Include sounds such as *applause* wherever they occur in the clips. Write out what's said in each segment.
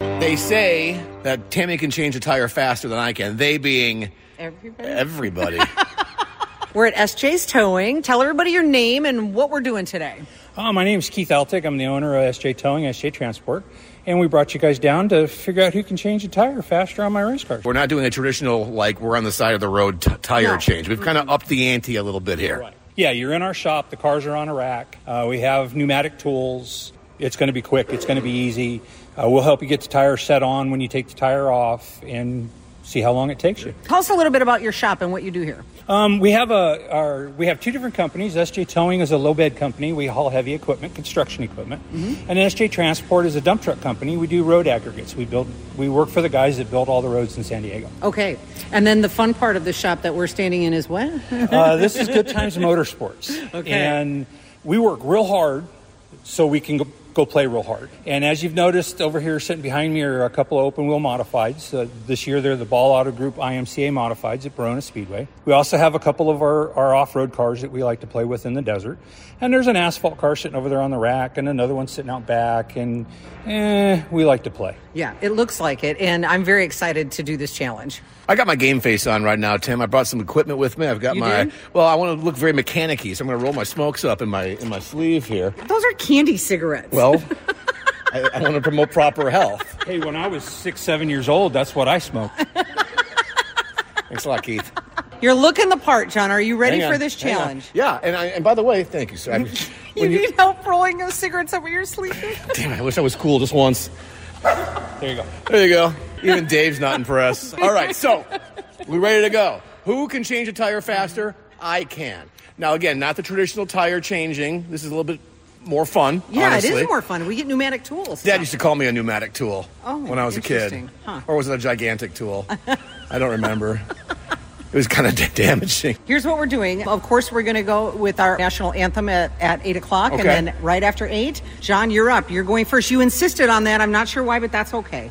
They say that Tammy can change a tire faster than I can. They being Everybody. *laughs* everybody. We're at SJ's Towing. Tell everybody your name and what we're doing today. Uh, my name is Keith Altick. I'm the owner of SJ Towing, SJ Transport, and we brought you guys down to figure out who can change a tire faster on my race cars. we're not doing a traditional like we're on the side of the road t- tire change. We've kind of upped the ante a little bit here. Yeah, you're in our shop. The cars are on a rack. Uh, we have pneumatic tools. It's going to be quick. It's going to be easy. Uh, we'll help you get the tire set on when you take the tire off and see how long it takes you. Tell us a little bit about your shop and what you do here. Um, we have a our, we have two different companies. SJ Towing is a low bed company. We haul heavy equipment, construction equipment, and SJ Transport is a dump truck company. We do road aggregates. We build. We work for the guys that build all the roads in San Diego. Okay. And then the fun part of the shop that we're standing in is what? uh, this is Good Times Motorsports. Okay. And we work real hard so we can go, go play real hard. And as you've noticed over here sitting behind me are a couple of open wheel modifieds. Uh, this year they're the Ball Auto Group IMCA modifieds at Verona Speedway. We also have a couple of our, our off road cars that we like to play with in the desert. And there's an asphalt car sitting over there on the rack and another one sitting out back. And eh, we like to play. *laughs* yeah, it looks like it. And I'm very excited to do this challenge. I got my game face on right now, Tim. I brought some equipment with me. I've got You my did? well. I want to look very mechanic-y, so I'm going to roll my smokes up in my in my sleeve here. Those are candy cigarettes. *laughs* Well, I, I want to promote proper health. Hey, when I was six, seven years old, that's what I smoked. Thanks a lot, Keith. You're looking the part, John. Are you ready Hang on, for this hang on. challenge? Yeah, and I, and by the way, thank you, *laughs* sir. I, You when you- need help rolling those cigarettes over your sleeve? damn, I wish I was cool just once. There you go. There you go. Even Dave's not impressed. *laughs* All right, so we ready to go. Who can change a tire faster? I can. Now, again, not the traditional tire changing. This is a little bit more fun. yeah, it honestly. is more fun. We get pneumatic tools. Dad used to call me a pneumatic tool Oh, when I was a kid. interesting. Huh. Or was it a gigantic *laughs* tool? I don't remember. It was kind of *laughs* damaging. Here's what we're doing. Of course, we're going to go with our national anthem at, at 8 o'clock. Okay. And then right after 8, John, you're up. You're going first. You insisted on that. I'm not sure why, but that's okay.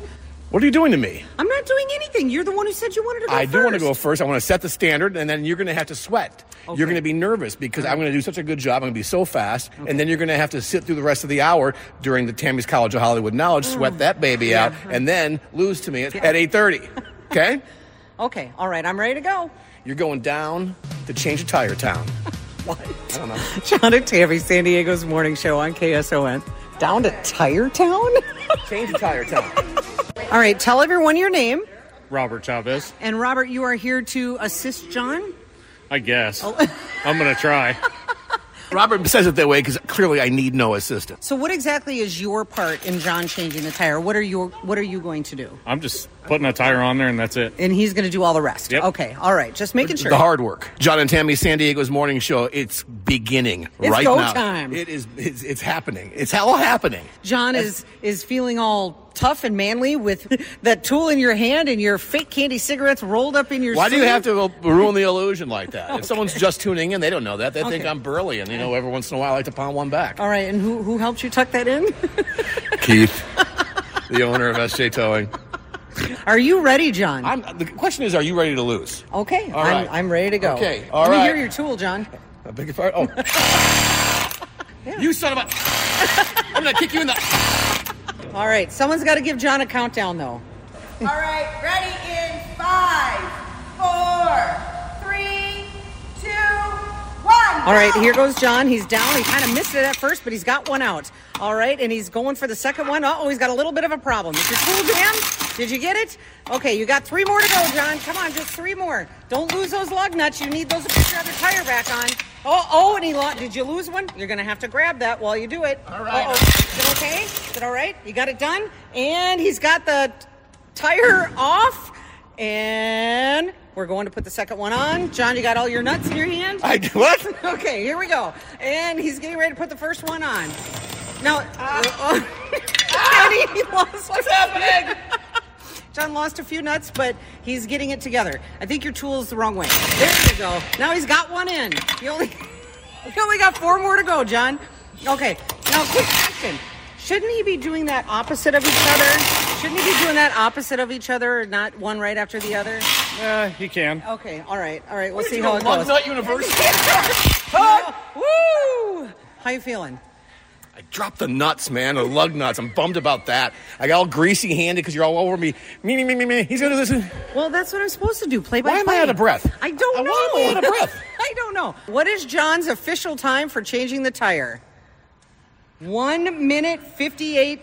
What are you doing to me? I'm not doing anything. You're the one who said you wanted to go I first. do want to go first. I want to set the standard, and then you're going to have to sweat. You're going to be nervous because I'm going to do such a good job. I'm going to be so fast, and then you're going to have to sit through the rest of the hour during the Tammy's College of Hollywood Knowledge, Mm. sweat that baby out, and then lose to me at, *laughs* at 8:30. Okay, Okay. All right. I'm ready to go. you're going down to change a tire town. what? I don't know. *laughs* John and Tammy, San Diego's morning show on KSON. Down to Tire Town? *laughs* Change a tire town. All right. Tell everyone your name. *laughs* Robert Chavez, And Robert, you are here to assist John. I guess. I'm going to try. Robert says it that way because clearly I need no assistance. So, what exactly is your part in John changing the tire? What are you What are you going to do? I'm just putting a tire on there and that's it. And he's going to do all the rest. Yep. Okay. All right. Just making sure. The hard work. John and Tammy, San Diego's morning show. It's beginning right go now. time. It is. It's, it's happening. It's all happening. John is is feeling all tough and manly with *laughs* that tool in your hand and your fake candy cigarettes rolled up in your. Why do you sleeve? have to ruin the illusion like that? If someone's just tuning in, they don't know that. They think Okay. I'm burly, and you know, every once in a while, I like to pound one back. All right, and who who helped you tuck that in? *laughs* *laughs* Keith, the owner of SJ Towing. Are you ready, John? I'm, the question is, are you ready to lose? okay, All I'm, right. I'm ready to go. Okay, all Let me right. hear your tool, John. I beg your pardon. Oh, *laughs* you son of a! I'm gonna kick you in the. All right, someone's got to give John a countdown though. All right, ready in five, four, three, two, one. All right, go! here goes John. He's down. He kind of missed it at first, but he's got one out. All right, and he's going for the second one. Uh oh, he's got a little bit of a problem. Is your tool jammed? Did you get it? Okay, you got three more to go, John. Come on, just three more. Don't lose those lug nuts. You need those to put your other tire back on. Oh, oh, and he lost. Did you lose one? You're going to have to grab that while you do it. All right. Uh-oh. Is it okay? Is it all right? You got it done? And he's got the t- tire off. And we're going to put the second one on. John, you got all your nuts in your hand? I what? Okay, here we go. And he's getting ready to put the first one on. Now, Ah! *laughs* Daddy, he lost. What's happening? *laughs* John lost a few nuts, but he's getting it together. I think your tool is the wrong way. There you go. Now he's got one in. You only, *laughs* you only got four more to go, John. Okay, now quick question. Shouldn't he be doing that opposite of each other? Shouldn't he be doing that opposite of each other, not one right after the other? Uh, he can. Okay, all right, all right. We'll see You how know, it Lug goes. Nut University. Woo! How you feeling? I dropped the nuts, man. The lug nuts. I'm bummed about that. I got all greasy handed because you're all over me. Me, me, me, me, me. He's gonna do this. Well, that's what I'm supposed to do. Play by Why am I play. out of breath? I don't Uh, know. why am I out of breath? *laughs* I don't know. What is John's official time for changing the tire? One minute fifty-eight.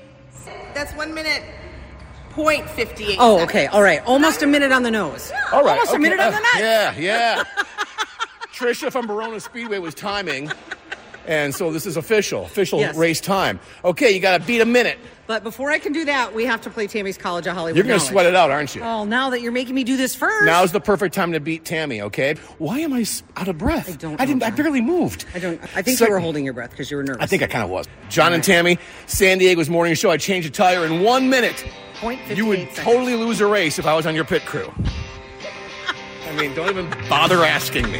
That's one minute point fifty-eight. Oh, seconds. okay. All right. Almost a minute on the nose. All right. Almost okay, a minute on the uh, nut. Yeah, *laughs* yeah. Trisha from Barona Speedway was timing. And so this is official, official Yes. race time. Okay, you got to beat a minute. But before I can do that, we have to play Tammy's College of Hollywood. You're going to Knowledge. sweat it out, aren't you? Oh, now that you're making me do this first. Now's the perfect time to beat Tammy, okay? Why am I s- out of breath? I don't I didn't know, I John. barely moved. I don't. I think Sec- you were holding your breath because you were nervous. I think I kind of was. John and Tammy, San Diego's morning show. I changed a tire in 1 minute. Point You would 58 seconds. totally lose a race if I was on your pit crew. *laughs* I mean, don't even bother asking me.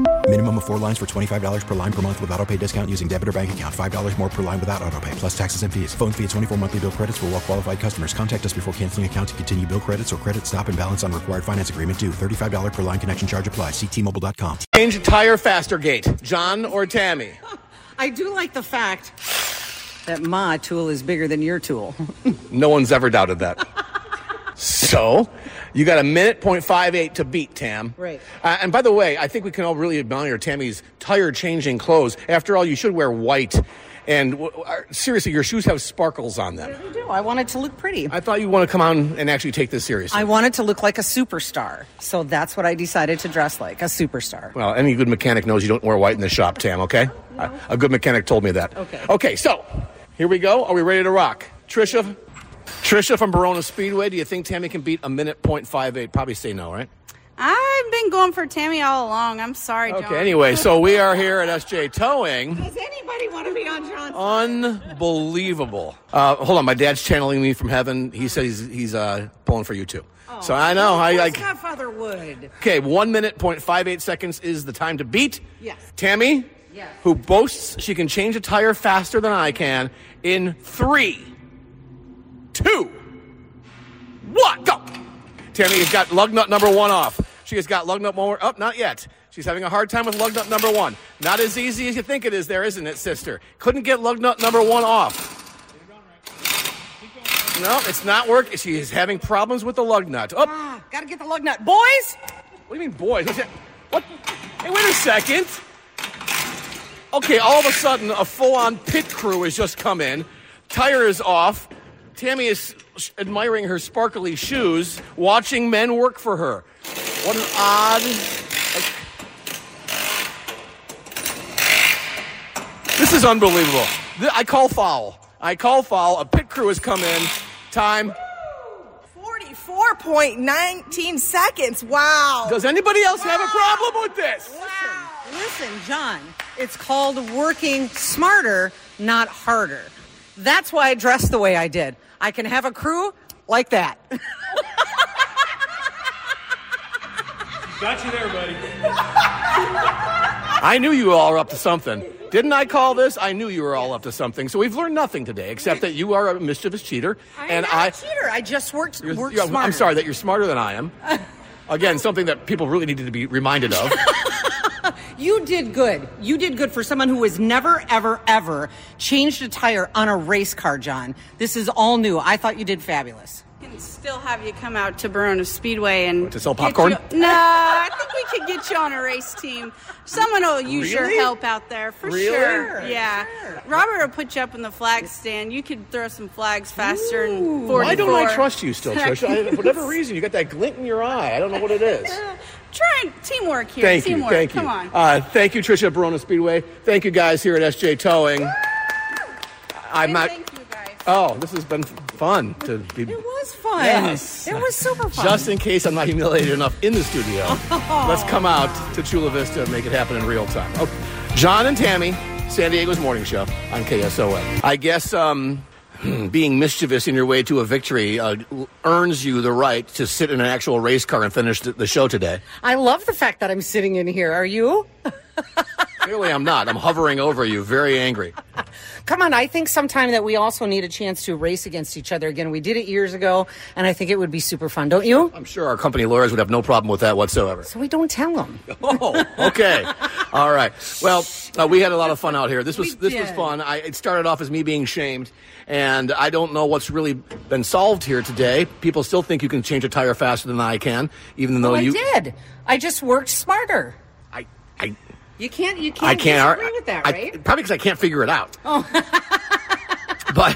Minimum of four lines for $25 per line per month with auto pay discount using debit or bank account. $5 more per line without auto pay, plus taxes and fees. Phone fee at 24 monthly bill credits for all qualified customers. Contact us before canceling account to continue bill credits or credit stop and balance on required finance agreement due. $35 per line connection charge applies. Ctmobile.com. change a tire faster gate? John or Tammy? I do like the fact that my tool *laughs* is bigger than your tool. No one's ever doubted that. So you got a minute point five eight to beat Tam. Right. Uh, and by the way, I think we can all really admire Tammy's tire changing clothes. After all, you should wear white. And w- w- uh, seriously, your shoes have sparkles on them. I do. I want it to look pretty. I thought you want to come on and actually take this seriously. I wanted to look like a superstar. So that's what I decided to dress like a superstar. Well, any good mechanic knows you don't wear white in the shop, Tam, okay? A- A good mechanic told me that. Okay. Okay, so here we go. Are we ready to rock? Trisha Trisha from Barona Speedway, do you think Tammy can beat a minute point five eight? Probably say no, right? I've been going for Tammy all along. I'm sorry, John. Okay, anyway, so we are here at SJ Towing. Does anybody want to be on John? Unbelievable. Uh, hold on, my dad's channeling me from heaven. He says he's, he's uh, pulling for you too. so I know. I like. Godfather Wood. Okay, one minute point five eight seconds is the time to beat. Yes. Tammy, Yes. who boasts she can change a tire faster than I can, in three, two, one, go. Tammy has got lug nut number one off. She has got lug nut more up, not yet. She's having a hard time with lug nut number one. Not as easy as you think it is, there, isn't it, sister? Couldn't get lug nut number one off. No, it's not working. She is having problems with the lug nut. Oh, Ah, gotta get the lug nut. Boys! What do you mean, boys? What's that? What? Hey, wait a second. Okay, all of a sudden, a full-on pit crew has just come in. Tire is off. Tammy is sh- admiring her sparkly shoes, watching men work for her. What an odd. This is unbelievable. Th- I call foul. I call foul. A pit crew has come in. Time. 44.19 seconds. Wow. Does anybody else have a problem with this? Listen, John, it's called working smarter, not harder. That's why I dressed the way I did. I can have a crew like that. Got you there, buddy. I knew you all were up to something. Didn't I call this? I knew you were all up to something. So we've learned nothing today except that you are a mischievous cheater. and not I, a cheater. I just worked, you're- worked you're- smarter. I'm sorry that you're smarter than I am. Again, something that people really needed to be reminded of. You did good. You did good for someone who has never, ever, ever changed a tire on a race car, John. This is all new. I thought you did fabulous. Can still have you come out to Verona Speedway and to sell get popcorn? you- no, I think we could get you on a race team. Someone will use Really? your help out there for Really? sure. Yeah, Robert will put you up in the flag stand. You could throw some flags faster and forty. Why don't I trust you still, Trisha? I, for *laughs* whatever reason, you got that glint in your eye. I don't know what it is. Try and teamwork here. Thank you. teamwork. Thank come you. on. Uh, thank you, Trisha Barona Speedway. Thank you guys here at SJ Towing. I'm not. Thank you guys. Oh, this has been fun to be. It was fun. Yes. It was super fun. Just in case I'm not humiliated enough in the studio, let's come out to Chula Vista and make it happen in real time. Okay. John and Tammy, San Diego's morning show on KSON. I guess um, *clears throat* being mischievous in your way to a victory uh, earns you the right to sit in an actual race car and finish the, the show today. I love the fact that I'm sitting in here. Are you? Clearly, I'm not. I'm hovering over you, very angry. Come on, I think sometime that we also need a chance to race against each other again. We did it years ago, and I think it would be super fun, don't you? I'm sure our company lawyers would have no problem with that whatsoever. So we don't tell them. Oh, okay. All right. Well, uh, we had a lot of fun out here. This was We this was did. fun. I, it started off as me being shamed, and I don't know what's really been solved here today. People still think you can change a tire faster than I can, even though Oh, I Oh, you. did. I just worked smarter. I I You can't. You can't. I can't ar- disagree with that, I- right? Probably because I can't figure it out. Oh. *laughs* but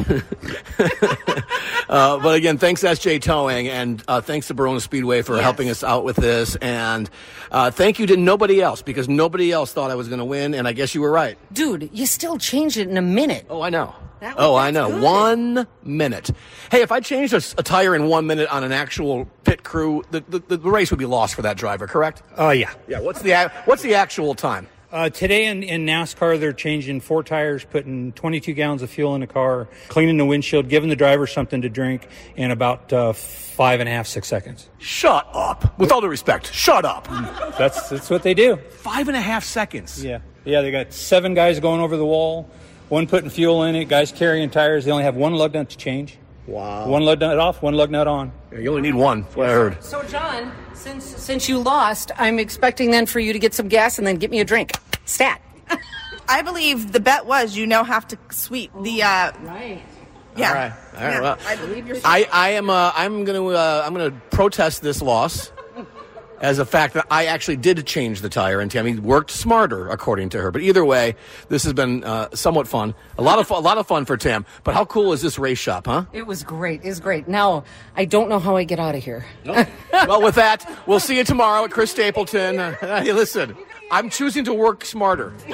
*laughs* uh, but again, thanks SJ Towing and uh, thanks to Barona Speedway for helping us out with this, and uh, thank you to nobody else because nobody else thought I was going to win, and I guess you were right. Dude, you still change it in a minute. Oh, I know. That- oh, I that's know. good. One minute. Hey, if I changed a, s- a tire in one minute on an actual pit crew, the, the, the race would be lost for that driver, correct? Oh yeah. Yeah. What's the a- what's the actual time? Uh, today in, in NASCAR, they're changing four tires, putting 22 gallons of fuel in the car, cleaning the windshield, giving the driver something to drink in about uh, five and a half, six seconds. Shut up. With all due respect, shut up. That's that's what they do. Five and a half seconds. Yeah, yeah. They got seven guys going over the wall, one putting fuel in it, guys carrying tires. They only have one lug nut to change. Wow. One lug nut off, one lug nut on. Yeah, You only need one. That's what I heard. So, John, since since you lost, I'm expecting then for you to get some gas and then get me a drink. Stat. I believe the bet was you now have to sweep the uh, Yeah. All right. All right. Yeah, well, I believe you're- I, I am. Uh, I'm gonna. Uh, I'm gonna protest this loss. As a fact that I actually did change the tire, and Tammy worked smarter, according to her. But either way, this has been uh, somewhat fun. A lot of fu- a lot of fun for Tam. But how cool is this race shop, huh? It was great. It was great. Now, I don't know how I get out of here. well, with that, we'll see you tomorrow at Chris Stapleton. Uh, hey, listen, I'm choosing to work smarter. *laughs*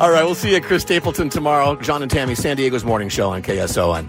All right, we'll see you at Chris Stapleton tomorrow. John and Tammy, San Diego's morning show on KSON.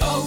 Oh,